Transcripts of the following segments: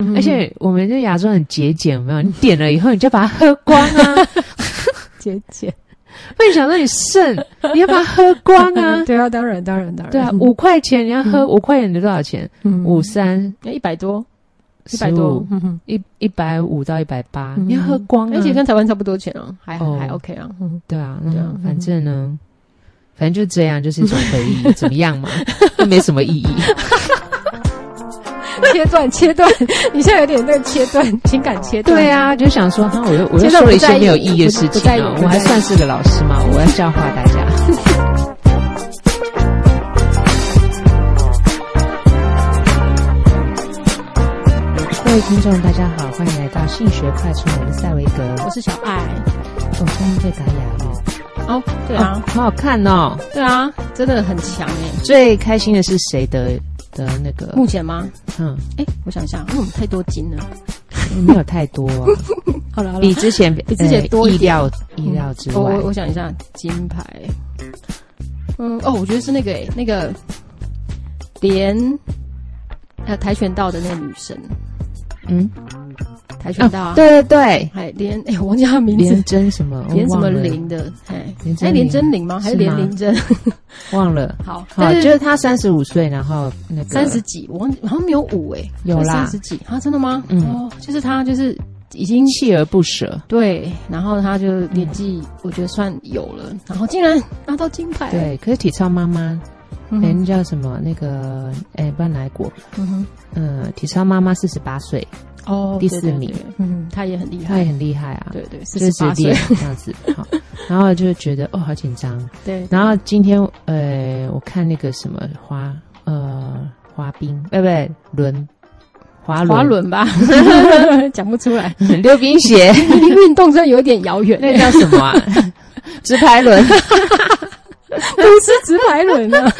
嗯而且我们这牙刷很节俭，有没有？你点了以后，你就把它喝 光啊，姐姐，。不然想说你剩， 你要把它喝光 啊对啊，当然当然当然，对啊，五块钱你要喝嗯五块钱的多少钱？嗯五三一百多，一百15多，嗯哼一一百五到一百八，嗯你要喝光啊。而且跟台湾差不多钱啊，还哦还 OK 啊，嗯对啊，对啊嗯反正呢，反正就这样，就是一种回 忆，怎么样嘛？都没什么意义。切断切断， 你现在有点那个切断 情感切断，对，啊，就想说哈，我又我又现在说了一不在些意没有意义的不事不情在意啊，不我还在意算是个老师嘛，我要教化大家。 各位听众，大家好，欢迎来到性学快充，我是赛维格，我是小爱，我终于会打哑了，哎哦，对啊哦，好好看哦。对啊，真的很强哎，最开心的是谁的的那个？目前吗？嗯，哎，我想一下，因为我们太多金了，没有太多、啊， 好了好了比，之前比之前呃多一意点嗯料意料之我外。我我想一下，金牌，嗯，哦，我觉得是那个哎，那个连呃跆拳道的那个女生，嗯，跆拳道啊，对对对，还连哎，我忘记她名字连，真什么连什么林玲的，哎连，真哎，连玲真玲吗？还是是吗连玲真？忘了。好， 好，啊但就是是他三十五岁，然后那个三十几，我忘记好像没有五哎，有啦三十几啊，真的吗？嗯哦，就是她就是已经锲而不舍，对，然后她就年纪我觉得算有了，然后竟然拿到金牌，，对。可是体操妈妈，嗯哼人叫什么那个哎，不知道哪一国，嗯哼。嗯，体操妈妈四十八岁，哦，第对四对名对嗯，他也很厉她害也，很厉害啊，对对，四就十是八岁 练，这样子。好，然后就觉得哦，好紧张。对，然后今天呃，我看那个什么滑呃滑冰，呃不对，轮滑轮滑轮 吧，讲不出来，溜冰鞋，离运动真的有点遥远， 那叫什么啊？ 直排轮、不是直排轮啊，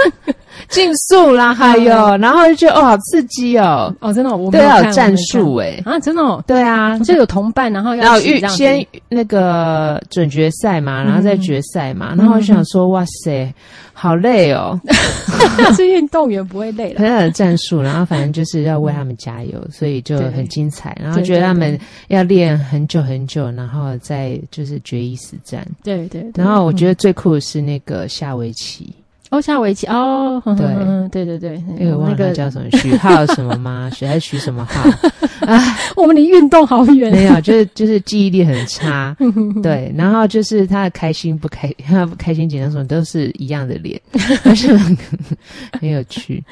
竞速啦，还有，然后就觉得哦，好刺激哦，哦，真的哦，嗯我没都有要看有战术，哎我没，看啊，真的哦，对啊，就有同伴，然后然要后一起预这样子先那个准决赛嘛，然后再决赛嘛，嗯然后我想说，哇塞，好累 哦， 但是运动员不会累 了，很有战术，然后反正就是要为他们加油，所以就很精彩，然后觉得他们要练很久很久，然后再就是决一死战，对对，对然后我觉嗯得最酷的是那个下围棋。哦，下围棋哦，哼对哼哼 对对对，哦因为我嗯那忘了他个叫什么，许浩什么吗？ 许还是许什么浩？我们离运动好 远，没有，就是就是记忆力很 差，对。然后就是他的开心不开， 他不开心紧张什么都是一样的脸， 但是很很有趣。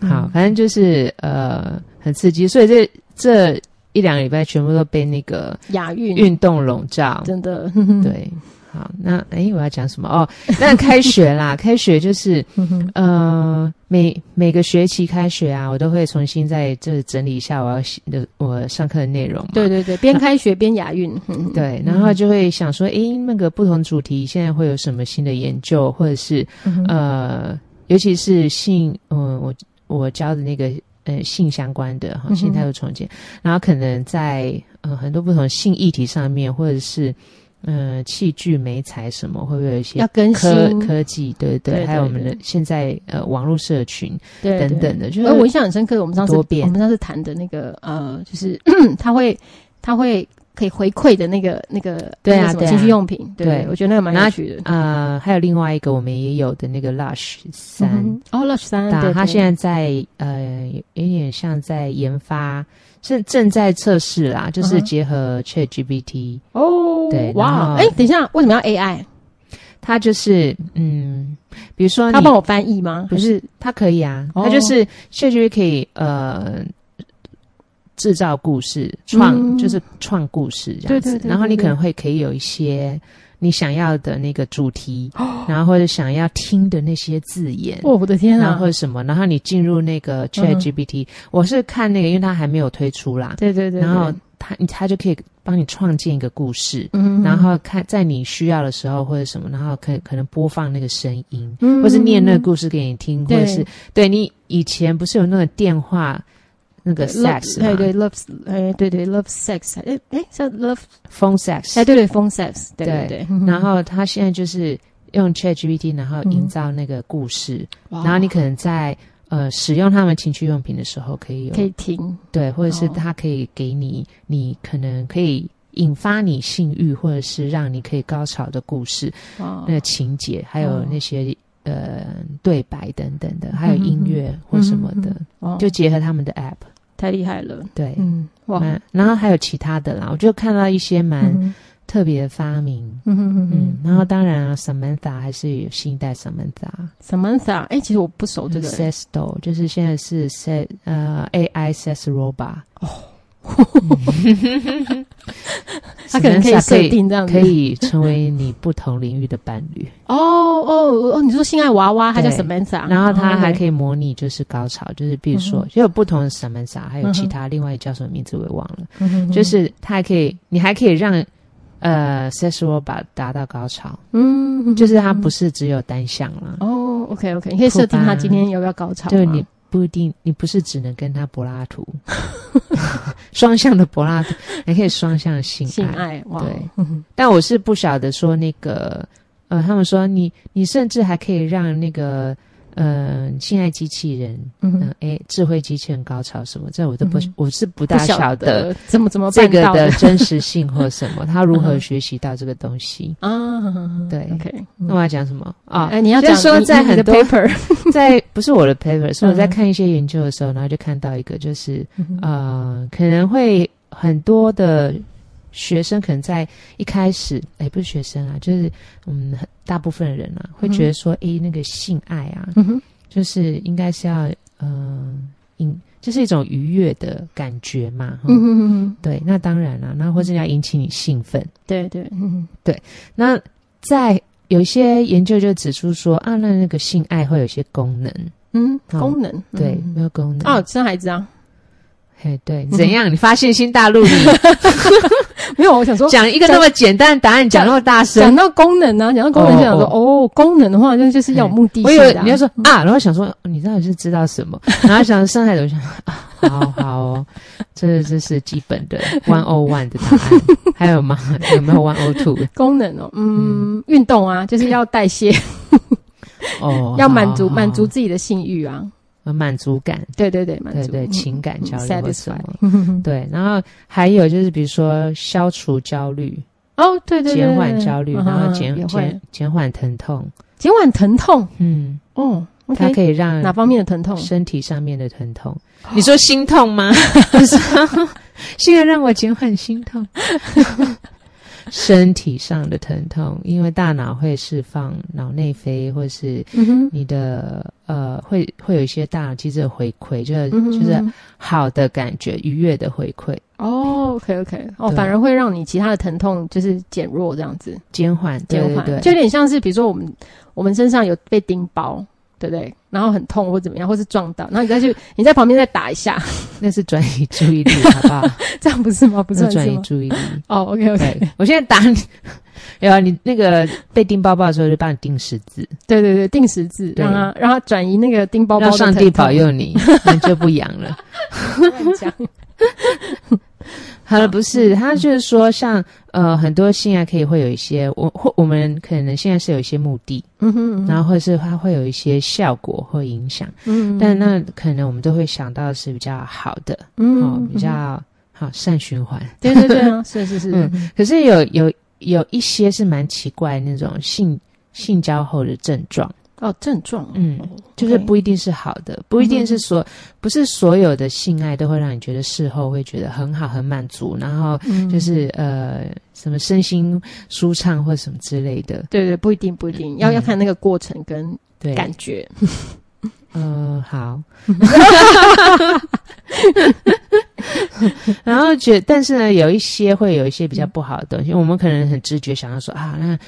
嗯好，反正就是呃很刺激，所以这这一两个礼拜全部都被那个亚运运动笼罩，真 的，哼哼，对。好，那诶，我要讲什么？哦，那开学 啦，开学就是哼哼呃，每每个学期开学啊，我都会重新再就是整理一下我要写的我上课的内容嘛。对对对，边开学边亚运，哼哼对，然后就会想说，诶，那个不同主题现在会有什么新的研究，或者是嗯哼 呃，尤其是性，嗯，我我教的那个呃性相关的哈，嗯哼性态度重建，然后可能在呃很多不同性议题上面，或者是呃器具、美材什么，会不会有一些要更新科科技，对对对对，还有对我们的对现在呃网络社群对等对等的，就是而哎我印象很深刻，我们上次嗯多变我们上次谈的那个呃，就是 他会他会可以回馈的那个那个对啊那个什么对啊情趣用品，对对我觉得那个蛮有趣的。呃还有另外一个我们也有的那个 Lush 三。嗯哼哦，Lush 三，那对，他对现在在呃，有有点像在研发，正正在测试啦，就嗯是哼结合 ChatGPT，、哦，对然哇，后哎，等一下，为什么要 AI？它就是嗯，比如说你他帮我翻译吗？不是它可以啊，哦它就是 ChatGPT 可以呃制造故事，创、嗯就是创故事这样子，对对对然后你对可能会可以有一些。你想要的那个主题，然后或者想要听的那些字眼，哦，我的天然后啊或！者什么，然后你进入那个嗯 Chat GPT，、我是看那个，因为它还没有推出啦，对对对，然后对它它就可以帮你创建一个故事，嗯然后看在你需要的时候或者什么，然后可可能播放那个声音，嗯或是念那个故事给你听，或对者是对你以前不是有那种电话那个 sex 嗯对吗？对 love，哎对对 love sex，哎哎叫 love， ，phone sex，哎对对 phone sex，对对对，然后它现在就是用 Chat GPT，然后嗯哦营造那个故事，然然后你可能在呃使用他们情趣用品的时候，可以有可以听，对，或者是哦它可以给你，你可能可以引发你性欲，或者是让你可以高潮的故事，哦那个情节，还有哦嗯那些。呃，对白等等的，还有音乐或什么的，哦，就结合他们的 app，太厉害了，对，嗯，哇，蛮，然后还有其他的啦，我就看到一些蛮嗯特别的发明，嗯嗯嗯，然后当然啊，Samantha 还是有新一代 Samantha，啊，Samantha，哎，其实我不熟这就个是人 Sesto，就是现在是 Se 呃 AI Ses Robot，哦 他可能可以 Samantha 设定这样子，可以成为你不同领域的伴侣，哦哦哦，你说性爱娃娃，它叫对 Samantha，然后它还可以以模拟就是高潮，就是比哦如嗯说哼嗯就有不同的 Samantha，还有其他另外叫什么名字我也忘了，就是它还可以，你还可以让呃 Ses Robot 达到高潮，嗯，就是它不是只有单向啦，哦，OK OK，你可以设定他今天要不要高潮吗，就你不一定，你不是只能跟他柏拉图， 双向的柏拉图，你可以双向性爱。性爱，哇，对嗯哼但我是不晓得说那个，呃，他们说你，你甚至还可以让那个，呃，性爱机器人，嗯嗯、哼，诶，智慧机器人高潮什么，这我都不，嗯哼我是不不大晓晓得怎么怎么这办个到的真实性或什么，他如嗯何哼学习到这个东西？啊，对，OK，那我要讲什么啊？哎，你要就讲是说你在你的很多 paper，在不是我的 paper，是我在嗯看一些研究的时候，然后就看到一个就是呃，可能会很多的学生可能在一开始，哎、不是学生啊，就是嗯，很大部分人啊，会觉得说，哎、那个性爱啊，嗯哼就是应该是要嗯，引就是一种愉悦的感觉嘛，嗯嗯，哼嗯哼，对，那当然啦、那或者要引起你兴奋，对对，嗯那在。有一些研究就指出说啊，那那个性爱会有一些功能，嗯，好功能，对，嗯没有功能哦，生孩子啊，嘿，对，怎样？你发现新大陆？你没有，我想说讲一个那么简单的答案，讲那么大声讲，到功能呢，讲到功能哦就想说，哦，功能的话就就是要有目的我以性的为啊，你要说啊，然后想说你到底是知道 什么？然后想上海的，我想啊，好好哦，这这是基本 的 one o one 的答案，还有吗？有没有 one o two？功能哦，嗯，运动啊，就是要代谢， 哦，要满足好满足好自己的性欲啊，呃满足感，对对对，满对足对，嗯情感嗯交流或什 satisfy 么。对，然后还有就是，比如说消除焦虑、 哦，对对对，减缓对焦虑，嗯然后嗯减也会减减缓疼痛，减缓疼痛，嗯，哦它，OK，可以让哪方面的疼痛？身体上面的疼痛。你说心痛 吗？我说现在让我减缓心 痛。身体上的疼痛，因为大脑会释放脑内啡，或是嗯哼，你的呃，会会有一些大脑机制的回馈，就是、嗯哼就是嗯哼好的感觉、愉悦的回馈，哦，OK OK，哦，对反而会让你其他的疼痛就是减弱这样子，减缓，对减对缓，对，就有点像是比如说我们我们身上有被叮包。对不对？然后很痛或怎么样，或是撞到，然后你再去，你在旁边再打一下， 那是转移注意力，好不好？这样不是吗？不那算转是移吗？注意 力。哦，OK OK，对，我现在打你， 有啊，你那个被叮包包的时候就帮你钉十字，对对对，定时字，对让他让他转移那个叮包包让的上疼帝痛保，佑你，你就不痒了。 乱讲好了，不是，他就是说像，呃很多性爱可以会有一些，我或我们可能现在是有一些目的，嗯哼，嗯然后或是它会有一些效果或影响，嗯，但那可能我们都会想到是比较好的，嗯哦嗯，比较好善循环。对对对 啊，是是是，嗯可是有有有一些是蛮奇怪的那种性性交后的症状，哦，症状，嗯哦就是，OK 嗯不一定是好的，不一定是所不是所有的性爱都会让你觉得事后会觉得很好很满足，然后嗯就是呃什么身心舒畅或什么之类的，对对，不一定不一定，要嗯要看那个过程跟对，感 觉。呃好，然后觉但是呢，有一些会有一些比较不好的东西，我们可能很直觉想要说啊，那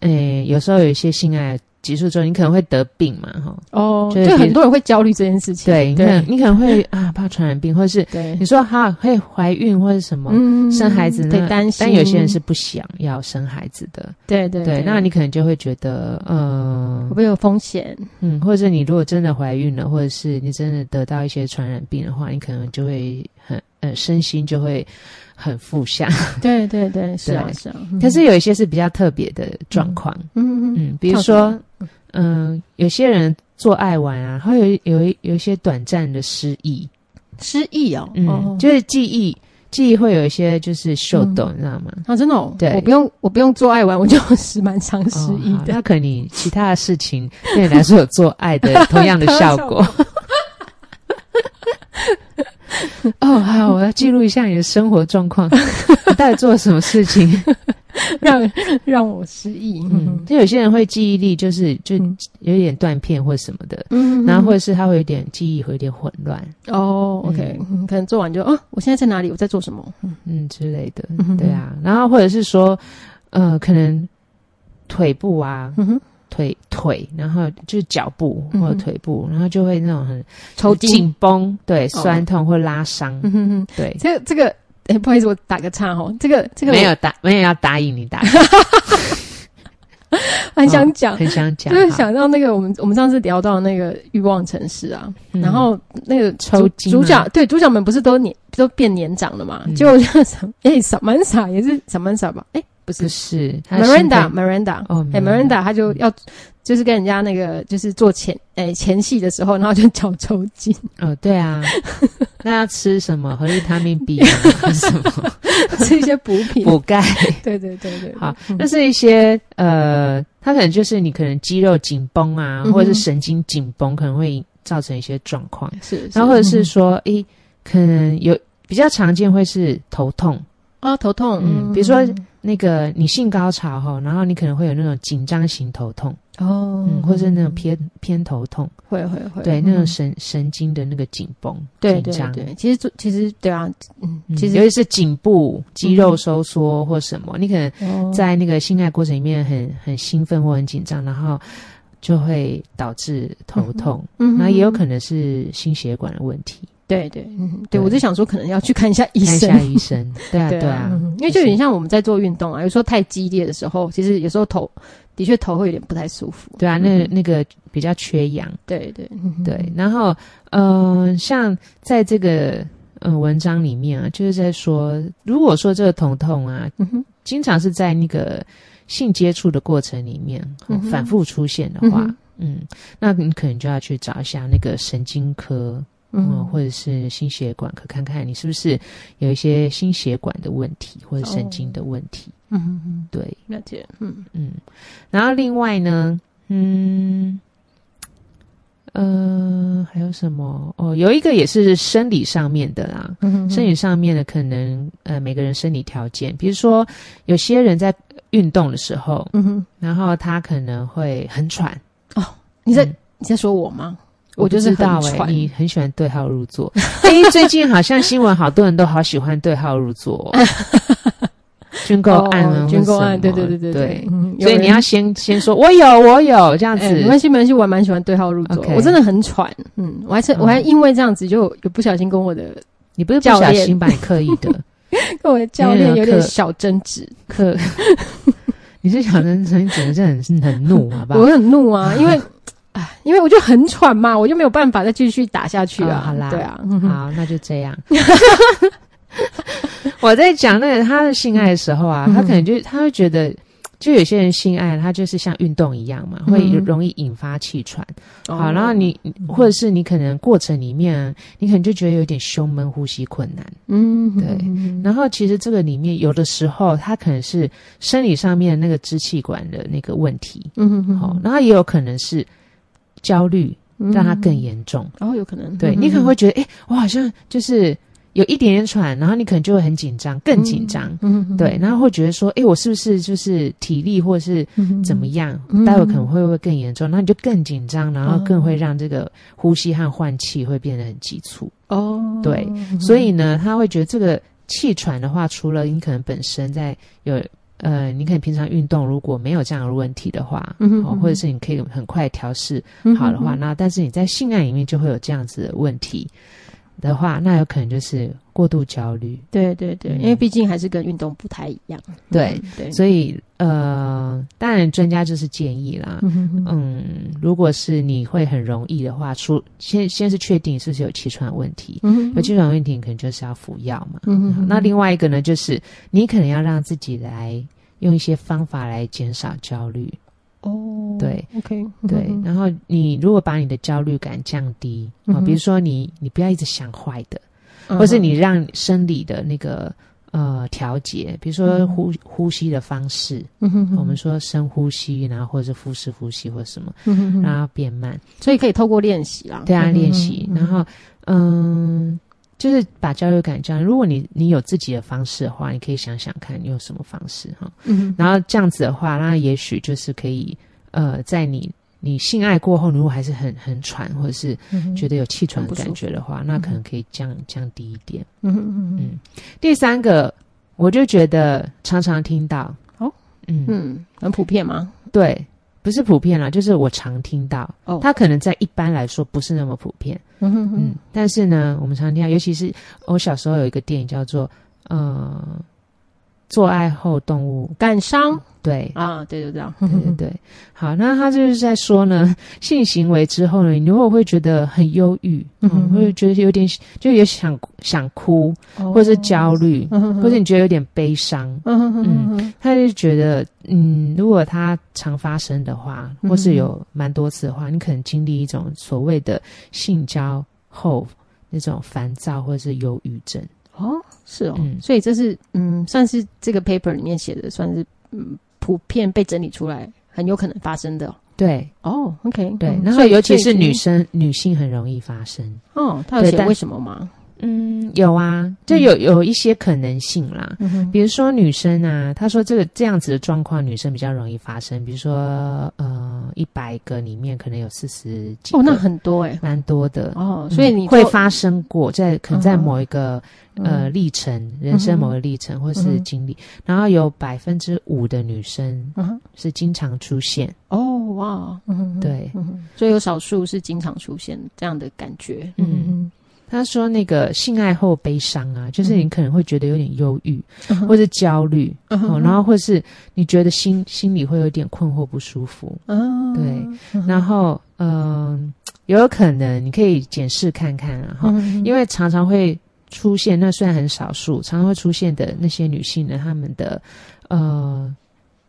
呃有时候有一些性爱结束之后，你可能会得病嘛，哈，哦就是就比很如多人会焦虑这件事情。对，你可能对你可能会啊怕传染病，或是对你，说哈会怀孕或是什么。嗯生孩子对呢，担心，但有些人是不想要生孩子的，对对对，那你可能就会觉得，呃会不，会有风险？嗯，或者你如果真的怀孕了，或者是你真的得到一些传染病的话，你可能就会很呃身心就会很负向。对对对，是啊对是啊。可是有一些是比较特别的状况，嗯，嗯嗯，嗯，比如说，嗯、有些人做爱完啊，会有一有一有一些短暂的失忆，失忆哦，嗯，哦就是记忆记忆会有一些就是秀逗，你知道吗？啊，真的哦，对我不用我不用做爱玩，我 就是蛮常失忆哦好的。那可能你其他的事情对你来说有做爱的 同样的效果。 哦，好，我要记录一下你的生活状况，你到底做了什么事 情？让让我失忆。嗯嗯，就有些人会记忆力就是就嗯有点断片或什么的，嗯然后或者是他会有点记忆会有点混乱，哦，OK，嗯可能做完就啊，我现在在哪里？我在做什么？ 嗯之类的嗯哼，对啊，然后或者是说，呃，可能腿部啊，嗯哼，腿腿，然后就是脚部嗯哼或者腿部，然后就会那种很抽筋。 哦紧绷，对，酸痛或拉伤，嗯哼哼，对，这个这个，哎，不好意思，我打个岔哦，这个这个没有答没有要答 应你答，很想讲，哦很想讲就，是好想到那个我们我们上次聊到那个欲望城市啊，嗯然后那个主抽筋吗啊主角对主角们不是都年都变年长了嘛？嗯结果像什 哎萨曼莎也是萨曼莎吧？哎，不不是是他的心 Miranda 态 Miranda 哦哎 Miranda Miranda 他就要就是跟人家那个就是做前哎前戏的时候，然后就脚抽筋， 哦，对啊，那要吃什么？和利他命 B 吗还是什么吃一些补品。补 钙？对对对对，好，那是一些呃，它可能就是你可能肌肉紧绷啊，嗯哼或者是神经紧绷，可能会造成一些状况。是，然后或者是嗯说，诶、可能有比较常见会是头痛，啊头痛，嗯，嗯比如说那个你性高潮后，然后你可能会有那种紧张型头痛，哦嗯，，或者是那种偏偏头痛，会会会，对，嗯那种神神经的那个紧绷、对紧对张。对，其实做其实对啊，嗯，嗯其尤实嗯其是颈部肌肉收缩或什么，你可能哦在那个性爱过程里面很很兴奋或很紧张，然后就会导致头痛，嗯那、也有能。可能是心血管的问题，对对，嗯，对对我就想说，可能要去看一下医看一生。下医生。对 啊，对啊，嗯因为就有点像我们在做运动啊，有时候太激烈的时候，其实有时候头的确头会有点不太舒服。对啊，那嗯那个比较缺氧。对对嗯对，然后呃，像在这个呃文章里面啊，就是在说，如果说这个头痛啊，嗯哼经常是在那个性接触的过程里面、哦嗯哼反复出现的嗯话哼，嗯那你可能就要去找一下那个神经科，嗯，嗯或者是心血管科，看看你是不是有一些心血管的问题或者神经的问题。嗯嗯嗯，对，了解，嗯嗯，然后另外呢，嗯。呃，还有什么？哦，有一个也是生理上面的啦，嗯生理上面的可能呃每个人生理条件，比如说有些人在运动的时候，嗯哼，然后他可能会很喘。你在嗯你在说我吗？我就是不知道很欸喘你很喜欢对号入座。 哎，最近好像新闻好多人都好喜欢对号入座、哦， 军购案啊哦或军购什案，么对对对对对。嗯有所以人你要先先说，我有我有这样子哎，没关系，没关系，我还蛮喜欢对号入座 OK 我真的很喘，嗯，我还是、我还因为这样子就有不小心跟我的你不是不教小练心吧？你刻意的 跟我的教没有练人有点客小争执，刻， 你是想成成整个是很很怒，好不好我？很怒啊， 因为，唉，因为我就很喘嘛，我就没有办法再继续打下去啊。哦好啦对啊，嗯哼好，那就 这样。我在讲那个他的性爱的时候啊，嗯他可能就他会觉得，就有些人性爱，他就是像运动一样嘛，会嗯容易引发气喘。好，哦然后你或者是你可能过程里面，你可能就觉得有点胸闷、呼吸困难。嗯，对嗯，然后其实这个里面有的时候，他可能是生理上面那个支气管的那个问题，嗯嗯，好，然后也有可能是焦虑嗯让他更，严重。然后有可能，对嗯你可能会，觉得，哎、我好像就是有一点点喘，然后你可能就会很紧张，更紧张。嗯嗯，对，然后会觉得说，哎、我是不是就是体力或是嗯怎么，样？嗯待会可能会不会更严重？然后你就更紧张，然后更会让这个呼吸和换气会变得很急促。嗯哦，对，所以呢，他会觉得这个气喘的话，除了你可能本身在有呃，你可能平常运动如果没有这样的问题的话，嗯哼哦嗯哼或者是你可以很快调试嗯好的话，嗯那但是你在性爱里面就会有这样子的问题的话，那有可能就是过度焦虑。 对对对，嗯因为毕竟还是跟运动不太一样，对嗯对，所以呃，当然专家就是建议啦。嗯哼哼嗯，如果是你会很容易的话，出先先是确定是不是有气喘问题，嗯哼，有气喘问题你可能就是要服药嘛。嗯哼哼那另外一个呢，就是你可能要让自己来用一些方法来减少焦虑。哦，对，OK，对，嗯然后你如果把你的焦虑感降低啊、嗯哼比如说你你不要一直想坏的，嗯或是你让生理的那个呃调节，比如说呼、呼吸的方式，嗯哼哼我们说深呼吸，然后或者是腹式呼吸或什么，嗯哼哼让它变慢，所以可以透过练习啦，对嗯啊，哼哼练习，嗯然后嗯。就是把焦虑感降。如果你你有自己的方式的话，你可以想想看你有什么方式哈。嗯然后这样子的话，那也许就是可以，呃，在你你性爱过后，如果还是很很喘，或者是哼，觉得，得有气喘嗯很不的舒服感觉的话，那可能可以降降低一点。嗯哼嗯哼嗯第三个，我就觉得常常听到，哦，嗯，嗯，很普遍吗？对，不是普遍啦，就是我常听到，哦它可能在一般来说不是那么普遍，嗯哼嗯，但是呢，我们常听到，尤其是我小时候有一个电影叫做，呃，做爱后动物，感伤对，啊，对对对啊，对对对，好，那他就是在说呢， 性行为之后呢，你如果会觉得很忧郁，嗯嗯哼会觉得有点就也想想哭，哦或者是，焦虑，嗯哼哼或者你觉得有点悲伤，嗯哼哼哼哼他就觉得，嗯，如果它常发生的话，嗯哼或是有蛮多次的话，你可能经历一种所谓的性交后那种烦躁或者是忧郁症，哦，是哦，嗯所以这是嗯，算是这个 paper 里面写的，算是嗯普遍被整理出来，很有可能发生的哦对哦，OK，对，嗯然后所以尤其所以是女生，女性很容易发生。哦，他有对写但为什么吗？嗯，有啊，就有有一些可能性啦。嗯哼，比如说女生啊，她说这个这样子的状况，女生比较容易发生。比如说，呃，一百个里面可能有四十几个，哦，那很多哎，蛮多的。哦，嗯所以你会做发生过，在可能在嗯哼某一个、呃嗯历程，人生嗯哼某个历程或嗯是哼经历，然后有百分之五的女生嗯哼是经常出现。哦哇，嗯哼，对，嗯哼，所以有少数是经常出现这样的感觉，嗯她说那个性爱后悲伤啊，就是你可能会觉得有点忧郁、嗯哼，或是焦虑，嗯哼哦，然后或是你觉得心心里会有点困惑不舒服，嗯对嗯然后嗯、也有可能你可以检视看看啊，哈、嗯因为常常会出现，那虽然很少数，常常会出现的那些女性呢，她们的呃，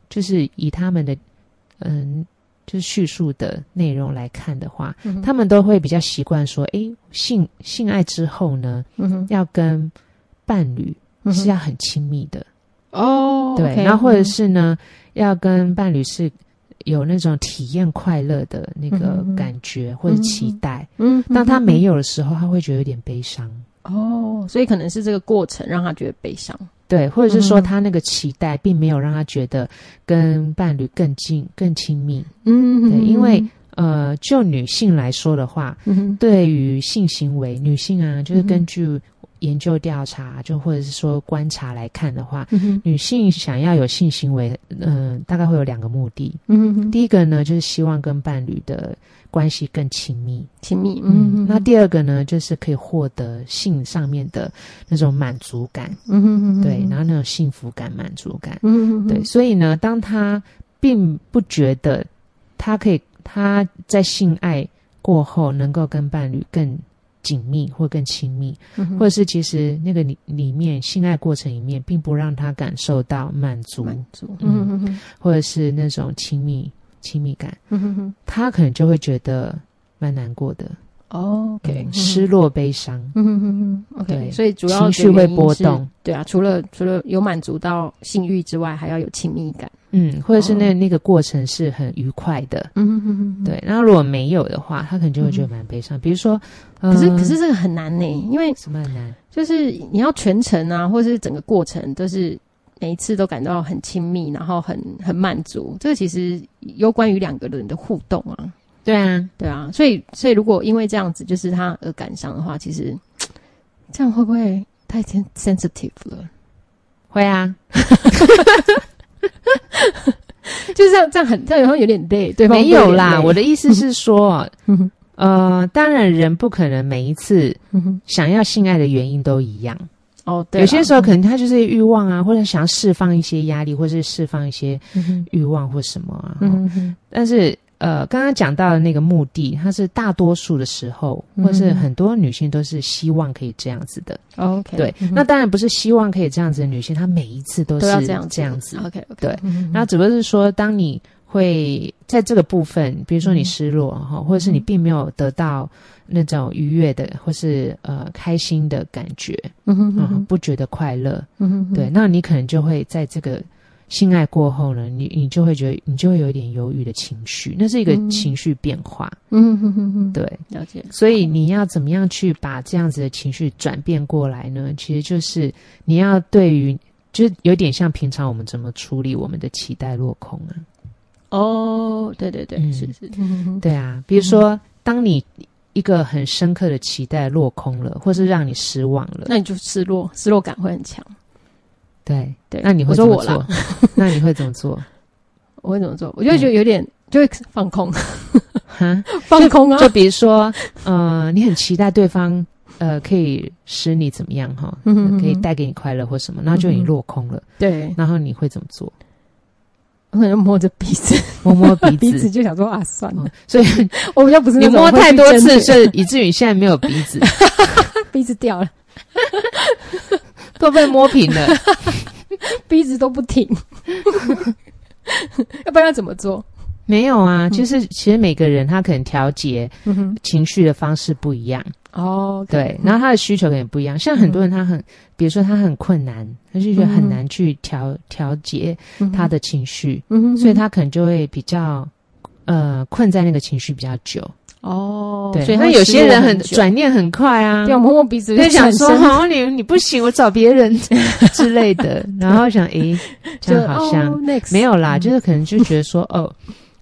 就是以她们的嗯、就是叙述的内容来看的话，嗯哼她们都会比较习惯说，诶，性性爱之后呢，嗯哼要跟伴侣嗯是哼要很亲密的。哦，对， OK，然后或者嗯是呢，要跟伴侣是有那种体验快乐的那个嗯哼感觉、或者期嗯待。嗯，当他没有有的时候，他会觉得有点悲伤，哦，所以可能是这个过程让他觉得悲伤，对，或者是说嗯他那个期待并没有让他觉得跟伴侣更近、更亲密。嗯对因为呃，就女性来说的话，嗯哼对于性行为，女性啊，就是嗯哼根据研究调查，就或者是说观察来看的话，嗯哼女性想要有性行为，嗯、大概会有两个目的。嗯哼，第一个呢，就是希望跟伴侣的关系更亲密。亲密，嗯，那第二个呢，就是可以获得性上面的那种满足感，嗯哼，对，然后那种幸福感、满足感，嗯，对。所以呢，当他并不觉得他可以他在性爱过后能够跟伴侣更紧密或更亲密，嗯，或者者是其实那个里里面性爱过程里面，并不让他感受到满足，满足，嗯嗯哼哼或者是那种亲密亲密感。嗯哼哼他可能就会觉得蛮难过的，哦，OK，嗯嗯失落、悲伤，嗯哼哼哼，OK，对所以主要情的绪会原因波是动，对啊，除了除了有满足到性欲之外，还要有亲密感，嗯，或者是那、哦那个过程是很愉快的，嗯哼哼哼，对。然后如果没有的话，他可能就会觉得蛮悲伤。比如说，呃、可是可是这个很难呢，因为什么很难？就是你要全程啊，或是整个过程都是每一次都感到很亲密，然后很很满足。这个其实有关于两个人的互动啊，对啊，对啊。所以所以如果因为这样子就是他而感伤的话，其实这样会不会太 sen- sensitive 了？会啊，就是这样这样很这样有点累， 对方没有啦。我的的意思 是说，嗯哼呃，当然人不可能每一次嗯哼想要性爱的原因都一样，哦，对啦，有些时候可能他就是欲望啊，或者想要释放一些压力，或是释放一些嗯哼欲望或什么啊。嗯哼但是呃，刚刚讲到的那个目的，它是大多数的时候，或是嗯哼很多女性都是希望可以这样子的。 OK，对，嗯哼那当然不是希望可以这样子的女性，她每一次都是都要这样嗯这样子。 OK OK，对，那只不过是说，当你会在这个部分，比如说嗯你失落哈、或者是你并没有得到那种愉悦的，或是呃开心的感觉，嗯哼嗯啊、哼不觉得快乐，嗯哼，对，那你可能就会在这个性爱过后呢，你你就会觉得你就会有一点忧郁的情绪，那是一个嗯情绪变化，嗯哼哼哼，对，了解，所以你要怎么样去把这样子的情绪转变过来呢？其实就是你要对于，就是有点像平常我们怎么处理我们的期待落空啊，哦，对对对，嗯是是，嗯哼哼对啊，比如说当你一个很深刻的期待落空了，或是让你失望了，那你就失落，失落感会很强。对，对，那你我会说怎我么啦，做？ 嗯那你会怎么做？我会怎么做？我就会觉得有点，就会放空， 哈？放空啊就，比如说，呃，你很期待对方，呃，可以使你怎么样哈，呃嗯哼嗯哼嗯可以带给你快乐或什么，然后就你落空了，对，然后你会怎么做？我可能摸着鼻子，摸摸 鼻鼻子子，就想说啊，算了嗯， 所以我比较不是你那种摸会去太多争次，的所以以至于现在没有鼻 子，鼻子掉了，都被摸 平了。鼻子都不停， 要不然要怎么做？没有啊，就是其实每个人他可能调节嗯哼，情绪的方式不一样，哦，对，然后他的需求可能也不一样。像很嗯多人他很，比如说他很困难，他就觉得很难去调调节嗯哼他，的情绪，嗯哼所以他可能就会比较呃困在那个情绪比较久。哦，对，所以那他有些人失落很久，转念很快啊对，，我摸摸鼻子就想说转身好你你不行，我找 别人之类的，然后想诶，这样好像、就哦 next 没有啦，嗯就是可能就觉得说 哦，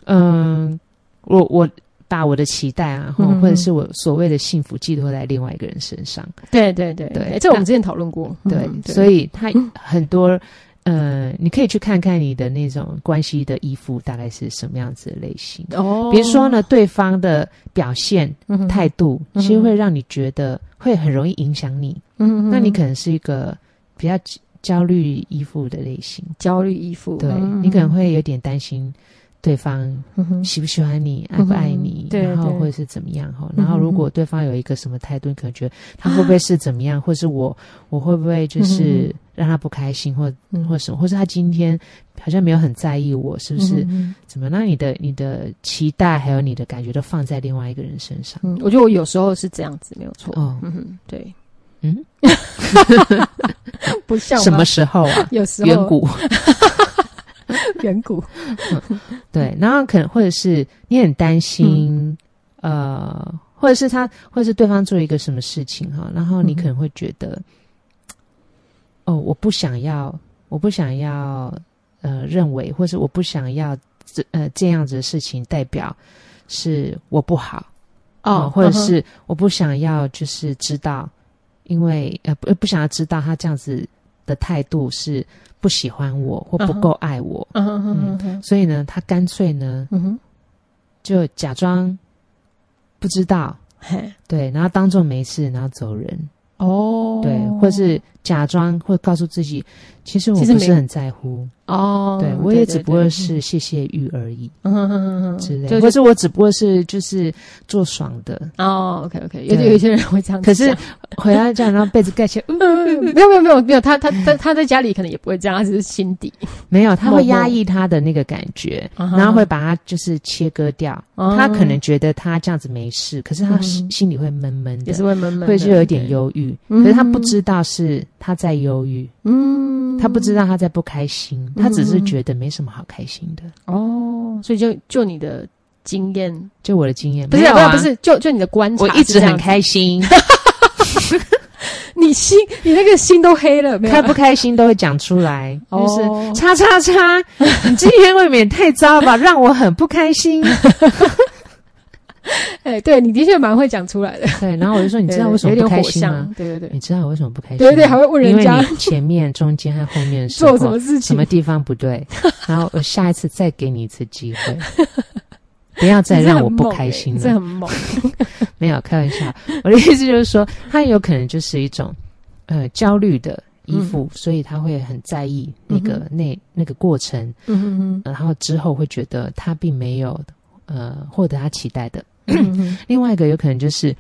嗯、我我。把我的期待啊，吼嗯或者是我所谓的幸福寄托在另外一个人身上，对对对对对，这我们之前讨论过，对，嗯所以他很多呃，你可以去看看你的那种关系的依附大概是什么样子的类型。哦，比如说呢，对方的表现嗯哼，态度，嗯其实会让你觉得会很容易影响你。嗯哼，那你可能是一个比较焦焦虑依附的类型，焦虑依附，对、嗯你可能会有点担心对方嗯哼喜不喜欢你、爱不爱你，嗯对然后对或者是怎么样哈。嗯啊然后如果对方有一个什么态度，你可能觉得他会不会是怎么样，或是我我会不会就是让他不开心，或嗯或什么，或是他今天好像没有很在意我，是不是？嗯怎么？那你的你的期待还有你的感觉都放在另外一个人身上。嗯，我觉得我有时候是这样子，没有错。哦，嗯哼，对，嗯， 不像吗？什么？时候啊 有时候远古远古，嗯对，然后可能或者是你很担心，嗯呃，或者是他，或者是对方做一个什么事情哈，然后你嗯可能会觉得，哦，我不想要，我不想要，呃，认为，或是我不想要这呃这样子的事情代表是我不好哦呃嗯或者是我不想要就是知道，因为呃不不想要知道他这样子的态度是不喜欢我或不嗯哼够爱我。嗯哼嗯哼嗯哼所以呢，他干脆呢嗯哼，就假装不知道，嘿，对，然后当做没事，然后走人，哦，对，或是假装会告诉自己，其实我其实不没是很在乎，哦，对我也只不过对，是谢谢玉而已嗯哼嗯哼之类，就或是我只不过是就是做爽的，哦，OK OK，有对有一些人会这样可子是讲，回来这样，然后被子盖起 来，嗯嗯没有没有没有没有，他他他他在家里可能也不会这样，他只是心底，没有，他默会默压抑他的那个感觉。嗯然后会把它就是切割掉，哦他可能觉得他这样子没事，可是他嗯心心里会闷闷的也，是会闷闷的，会是有一点对，忧郁，嗯可是他不知道是他在忧郁，嗯，他不知道他在不开心，他只是觉得没什么好开心的。哦，所以就就你的经验，就我的经验，不是没有不是啊，不是，就就你的观察，我一直很，开心，你心你那个心都黑 了，没有开不开心都会讲出来，就是。哦叉叉叉，你今天未免太糟 了吧，让我很不开心。哎、对你的确蛮会讲出来的。 对，然后我就说，你知道为什么有点不开火心吗象，？对对对，你知道我为什么不开心吗？对对对还会问人家因为你前面、中间和后 面的时候做什么事什情么？地方 不对，然后我下一次再给你一次机会，不要再让我不开心这了。很猛。没有开玩笑，我的意思就是 说，他有可能就是一种呃焦虑的依附，嗯所以他会很在意那个、那那个过程，呃嗯嗯然后之后会觉得他并没有。呃获得他期待的。另外一个有可能就是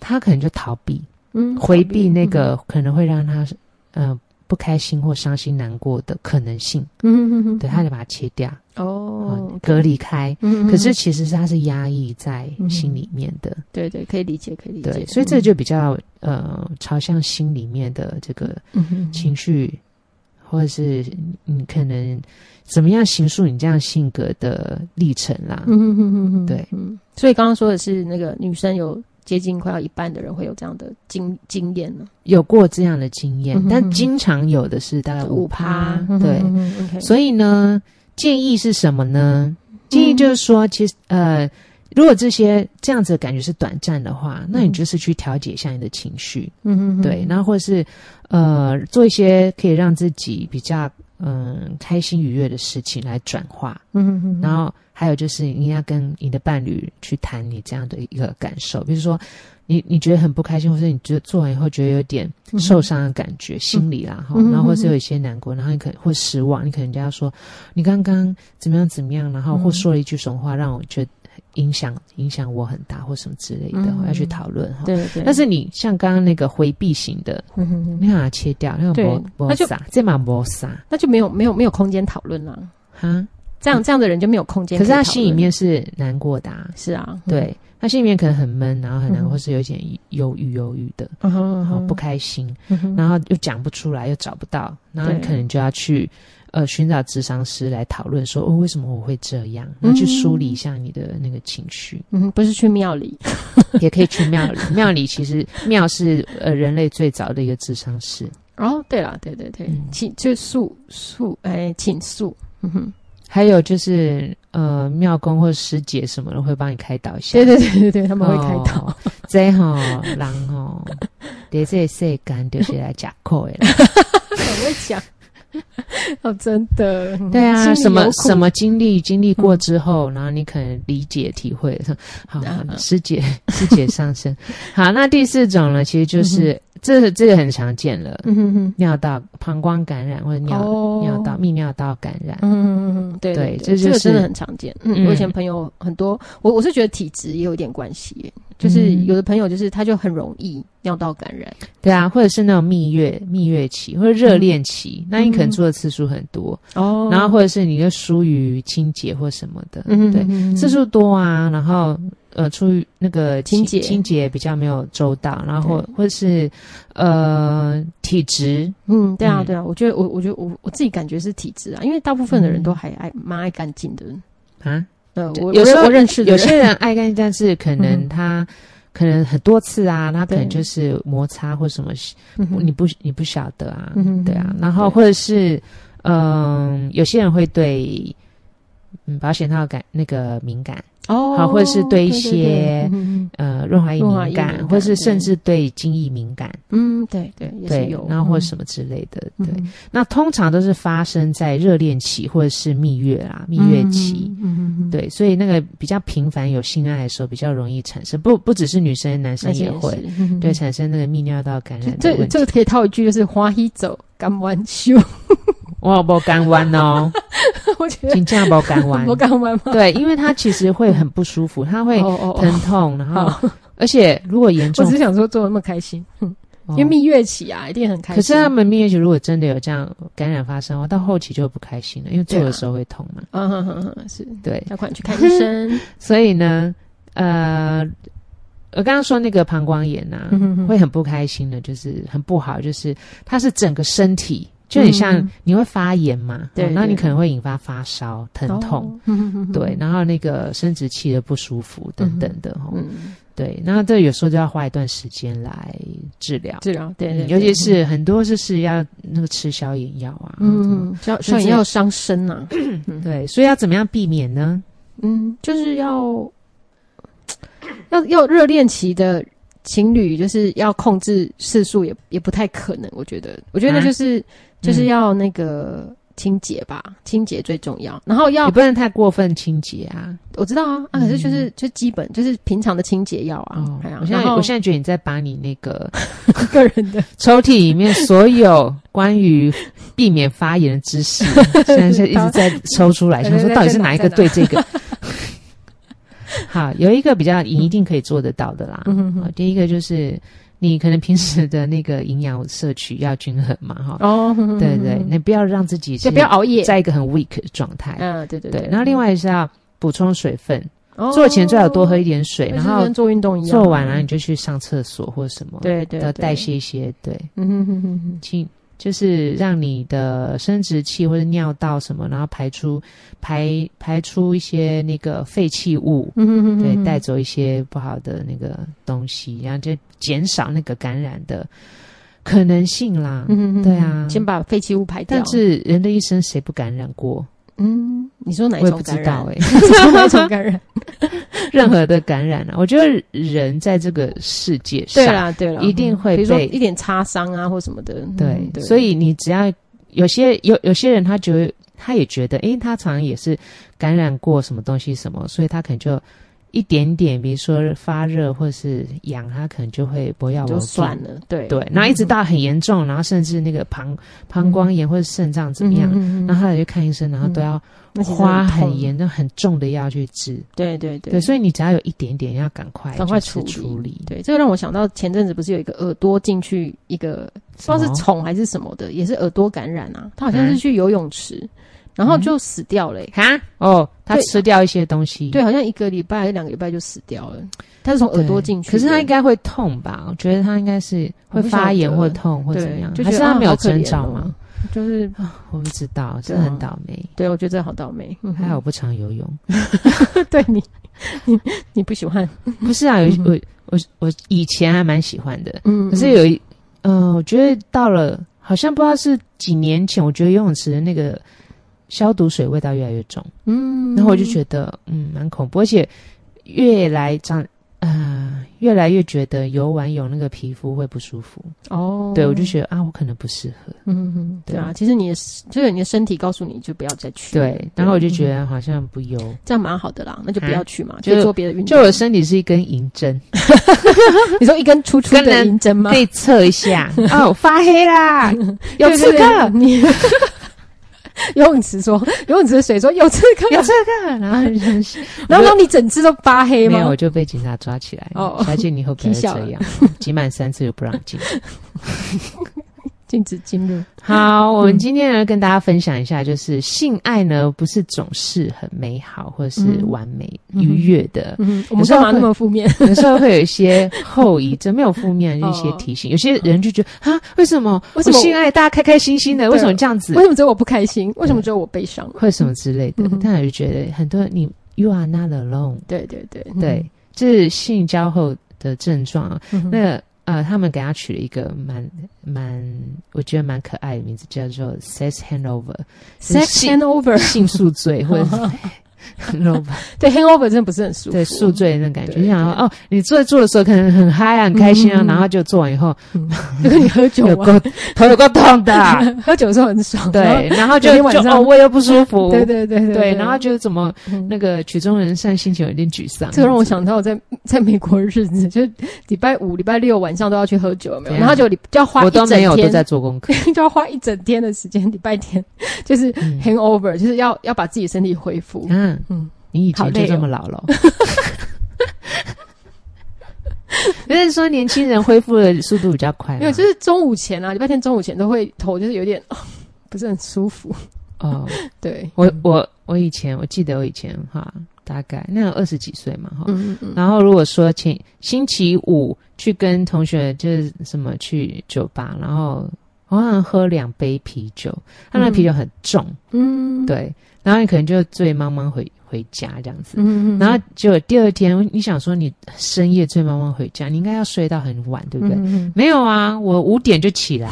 他可能就逃避、嗯回避那个可能会让他呃不开心或伤心难过的可能性，嗯嗯嗯，对，他就把它切掉，哦呃，隔离开。嗯，可是其实他是压抑在心里面的，对对，可以理解，可以理解，对，所以这就比较呃朝向心里面的这个嗯情绪，或者是你可能怎么样形塑你这样性格的历程啦。嗯嗯嗯嗯，对，嗯， 所以刚刚说的是那个女生有接近快要一半的人会有这样的经经验呢，有过这样的经验，嗯哼嗯但经常有的是大概呃五趴趴，，对。 ，OK，所以呢，建议是什么呢？建嗯议就是说，其实呃，如果这些这样子的感觉是短暂的话，那你就是去调节一下你的情绪，嗯嗯，对，然后或是呃，做一些可以让自己比较嗯、开心愉悦的事情来转化，嗯嗯，然后还有就是你要跟你的伴侣去谈你这样的一个感受，比如说你你觉得很不开心，或是你觉得做完以后觉得有点受伤的感觉，心里啦哈，嗯然后或是有一些难过，然后你可能或失望，你可能人家说你刚刚怎么样怎么样，然嗯后或说了一句什么话让我觉得影响影响我很大或什么之类的，嗯要去讨论哈。对对，嗯但是你像刚刚那个回避型的，你把它切掉，那个对磨磨那就砂，这嘛磨砂那就没有没有没有空间讨论了。哈。这样这样的人就没有空间嗯可以是讨论。他心里面是难过的啊，是啊，对，他心里面可能很闷，然后很难嗯过，或是有一点忧郁、忧郁的，嗯哼，然然后不开心，嗯然后又讲不出来，又找不到，然后你对可能就要去呃寻找智商师来讨论说，哦，为什么我会这样？然后去梳理一下你的那个情 绪，嗯，不是去庙里，也可以去庙里，庙里其实庙是呃人类最早的一个智商师，哦，对了，对对对，嗯请就诉诉，哎，请诉，嗯哼，还有就是呃庙公或师姐什么的会帮你开导一下，对对对对对，他们会开导，哦，这吼 人吼，在这个世间就是来吃苦的啦。很会讲，哦，真的，对啊，心里什么有苦嗯什么经历经历过之后，然后你可能理解体会，好啊啊师姐 师姐上身。好，那第四种呢，其实就是这这个很常见了，嗯哼哼，尿道膀胱感染或者尿哦尿道泌尿道感染。嗯嗯嗯，对对对，这就这个是真的很常见。嗯嗯，我以前朋友很多，我我是觉得体质也有一点关系耶，就是嗯有的朋友就是他就很容易尿道感染，对啊，或者是那种蜜月蜜月期或者热恋嗯期，那你可能做的次数很多，哦然后或者是你就疏于清洁或什么的，嗯，对，对次数多啊，然后呃，出于那个清洁清洁比较没有周到，然后或或是呃体质，嗯，对啊，嗯对啊，我觉得我我觉得我我自己感觉是体质啊，因为大部分的人嗯都还爱蛮爱干净的。啊，呃，对我有我时候认我认识的有人，些人爱干净，但是可能嗯他。可能很多次啊，他可能对就是摩擦或什么，嗯哼你不你不晓得啊，嗯哼对啊，然后对或者是，嗯、有些人会对，嗯，保险套感那个敏感，哦，好或者是对一些对对嗯呃，润滑液润滑敏液感，敏感或是甚对至对精液敏感，嗯，对对也是对有，，然后或嗯什么之类的，嗯对。那通常都是发生在热恋期或者是蜜月啦，蜜月期。，嗯嗯嗯，对，所以那个比较频繁有性爱的时候，比较容易产生，不不只是女生，男生那些也也会，是，嗯对，嗯产生那个泌尿道感染的这问题。这个可以套一句，就是花一走，干完修， 我有没有干弯哦，我觉得请假不干弯我。干完吗？对，因为它其实会很不舒服，它会哦哦哦，疼痛，然后好，而且如果严我重只，是想说做得那么开心，哦因为蜜月期啊，一定很开可是心。他们蜜月期如果真的有这样感染发生，我到后期就会不开心了，因为做对的啊时候会痛嘛。嗯哼哼哼，是对，要快点去看医生。所以呢，呃，我刚刚说那个膀胱炎呐、嗯哼哼 会很不开心的，就是很不好，就是它是整个身体，就很像嗯你会发炎嘛，对哦那对你可能会引发发烧、疼痛。哦，嗯哼哼哼对，，然后那个生殖器的不舒服等等的哦，嗯，对，那这有时候就要花一段时间来治疗，治疗啊对对，嗯尤对其是很多就是要那个吃消炎药啊，嗯，嗯，消甚消至炎药伤身啊呐、对，所以要怎么样避免呢？嗯，就是要要要热恋期的情侣，就是要控制次数也，也不太可能。我觉得，我觉得啊那就是、就嗯是要那个清洁吧，清洁最重要。然后要也不能太过分清洁啊，我知道啊，啊，可是就是、就基本就是平常的清洁要啊，嗯哦哎呀，我现然在后我现在觉得你在把你那个 个人的抽屉里面所有 关于避免发炎的知识，现在是一直在抽出来，对想对说对 到底是哪一个对这个。好，有一个比较你一定可以做得到的啦。嗯哼哼好第一个就是你可能平时的那个营养摄取要均衡嘛，哈、 哦，对对，你不要让自己就是不要熬夜。在一个很 weak 的状态。嗯，对对对，然后另外是要补充水分，哦做前最好多喝一点水，就是然后跟做运动一样，做完了你就去上厕所或什么，，对对要对代谢一些，对，嗯哼哼哼哼，清就是让你的生殖器或者尿道什么，然后排出排排出一些那个废弃物，嗯哼哼对，哼带走一些不好的那个东西，然后就减少那个感染的可能性啦。嗯哼哼对啊先把废弃物排掉。但是人的一生谁不感染过？嗯，你说哪我一也种不知感染？道哎、欸 哪一种感染？ 任何的感染啊，我觉得人在这个世界上，对啦对啦，一定会比如说被一点擦伤啊或什么的。对嗯所以你只要有些有有些人，他觉得他也觉得，诶，他常常也是感染过什么东西什么，所以他可能就一点点，比如说发热或是痒，他可能就会不要就算。了，对对，然后一直到很严重，然后甚至那个膀膀胱炎或者肾脏怎么样，嗯嗯嗯嗯嗯然后他也去看医生，然后都要那其实花很很痛严重、很重的药去治。对对对，所以你只要有一点点，要赶快赶快就是处理处理。对，这个让我想到前阵子不是有一个耳朵进去一个不知道是什么嗯虫还是什么的，也是耳朵感染啊，他好像是去游泳池，然后就死掉了欸、哈哦，他对吃掉一些东西，对，好像一个礼拜还是两个礼拜就死掉了，他是从耳朵对进去的，可是他应该会痛吧？我觉得他应该是我会不晓发炎得或痛或对怎么样，就还觉是得他啊没有好可征怜兆哦吗？就是我不知道，真对的啊很倒霉。对我觉得这好倒霉，嗯还好我 不常游泳。对 你，你你不喜欢，不是啊，有 我我我以前还蛮喜欢的，嗯可是有一呃，我觉得到了好像不知道是几年前，我觉得游泳池的那个消毒水味道越来越重，嗯然后我就觉得嗯蛮恐怖，而且越来长呃越来越觉得游完泳那个皮肤会不舒服，得哦，对我就觉得啊我可能不适合，嗯嗯，对啊，其实你的就是你的身体告诉你就不要再去，对，然后我就觉嗯得好像不游，这样蛮好的啦，那就不啊要去嘛，就就做别的运动，就我身体是一根银 针， 你说一根粗粗跟的人银针吗 可？以测一下 哦发黑啦， 有对刺对对客。你 游泳池说，游泳池的水说有刺客，有这个，然后人然后让你整只都发黑没有，吗我？就被警察抓起来。哦哦，小姐，你以后不要踢笑再了这 样，集满三次就不让进。禁止进入。好，我们今天呢跟大家分享一下，就是性爱呢不是总是很美好或是完美嗯愉悦的，嗯，我有们时候干嘛那么负面？ 有时候会有一些后遗症，没有负面，就一些哦提醒。有些人就觉得啊，为什么为什么我性爱大家开开心心的，对为什么这样子 为，什么只有我不开心？为什么只有我悲伤？或什么之类的嗯哼？但我就觉得很多你 you are not alone，对对对对，，这是性交后的症状啊。嗯那个呃，他们给他取了一个蛮蛮，我觉得蛮可爱的名字，叫做 sex hangover， sex 性 hangover，性宿醉 或者 hangover，对 hangover 真的不是很舒服。对宿醉那种感觉，对就想说哦，你做做的时候可能很嗨啊，很开心啊，嗯然后就做完以后 就跟你喝酒有嘛，够头有够痛的 啊，喝酒的时候很爽。对，然后就有天晚就上哦胃又不舒 服，对对对对对，然后就怎么嗯那个曲终人散，心情有点沮丧，这个让我想到我在在美国的日子，就是礼拜五、礼拜六晚上都要去喝酒，有没有？对啊然后就礼就要花我一都整没天，有都在做功课， 就要花一整天的时间。礼拜天就是 hangover，就是要要把自己身体恢复。嗯嗯嗯，你以好前累就哦这么老了、 有人说年轻人恢复的速度比较快吗，没有，就是中午前啊，礼拜天中午前都会头就是有点、哦不是很舒服。哦，对，我我我以前我记得我以前哈，大概那二十几岁嘛哈，嗯嗯嗯，然后如果说前星期五去跟同学就是什么去酒吧，然后我好像喝两杯啤酒，他那嗯啤酒很重，嗯，对，然后你可能就醉茫茫回回家这样子，嗯，嗯嗯，然后结果第二天，你想说你深夜醉茫茫回家，你应该要睡到很晚，对不对？嗯嗯没有啊，我五点就起 来，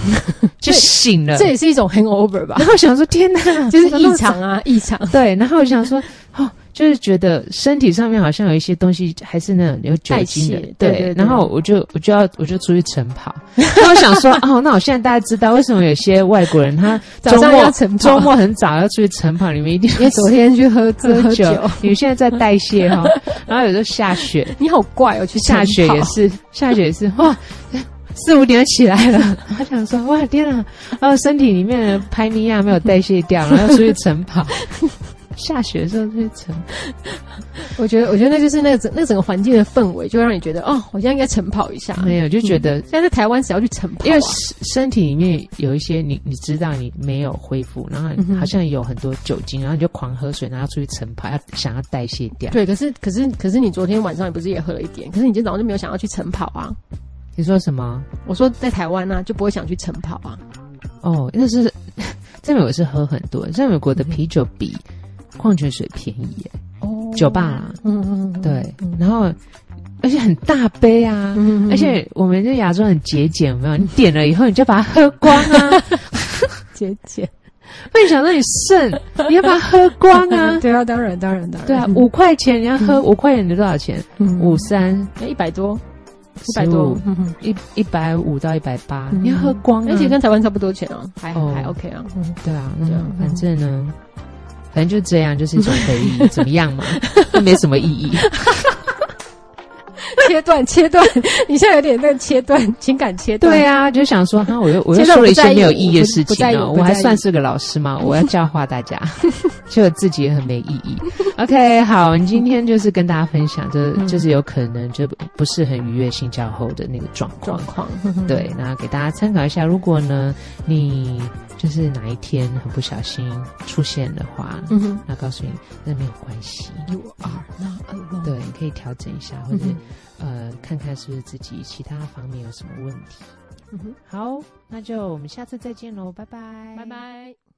就醒嗯。了这也是一种 hangover 吧，然后想说天 哪，就是怎么那异么常啊，异常。早。对，然后我想说， 哦，就是觉得身体上面好像有一些东西还是那种有酒精的代谢，对对。对对然后我就我就要我就出去晨跑。然后我想说，哦，那我现在大家知道为什么有些外国人 他 早周上要末晨跑周末很早要出去晨跑，你们一定因为昨天去喝喝喝酒酒，，你们现在在代谢哈、 哦。然后有时候下雪， 你好怪哦，去下雪也晨是，下雪也是，哇，四五点就起来了， 我想说，哇，天啊，然后身体里面的排尼 亚没有代谢掉，然后要出去晨跑。下雪的时候出去晨跑，跑我觉得，我觉得那就是那个整那整个环境的氛围，就会让你觉得哦，我现在应该晨跑一下。没有就觉得，现在在台湾只要去晨跑、啊，因为身身体里面有一些你你知道你没有恢复，然后嗯哼好像有很多酒精，然后你就狂喝水，然后出去晨跑，要想要代谢掉。对，可是可是可是你昨天晚上你不是也喝了一点？可是你今天早上就没有想要去晨跑啊？你说什么？我说在台湾呢、就不会想去晨跑啊。哦，那是 在美国是喝很多，在美国的啤酒比矿泉水便宜耶，哦酒吧啊啦，嗯嗯嗯，对，然后而且很大杯啊，嗯嗯而且我们这亚洲很节俭，有没有？你点了以后你就把它喝光 啊，节俭，会想到你剩，你要把它喝光啊。 对嗯啊，当然当然当然，对啊，五块钱你要喝五块钱的多少钱？嗯五三哎一百多，一百多，嗯嗯一一百五到一百八，嗯你要喝光啊。而且跟台湾差不多钱啊，还哦还 OK 啊，对啊，对嗯啊，反正呢，反正就这样，就是一种回 忆，怎么样嘛？那没什么意义。切断切断， 你现在有点在切断 情感切断，对啊，就想说哈，我又我又现在说我了不一在些意没有意义的事不情在意哦，不我还在意算是个老师吗？我要教化 大家，就自己也很没意义。OK，好，我们今天就是跟大家分享，就嗯就是有可能就不是很愉悦性交后的那个状状况，况。嗯对，那给大家参考一下，如果呢你就是哪一天很不小心出现的话，嗯哼那告诉你那没有关系， ，You are not alone，对，你可以调整一下，或嗯者、哼呃看看是不是自己其他方面有什么问题。嗯哼，好，那就我们下次再见喽，拜拜，拜拜。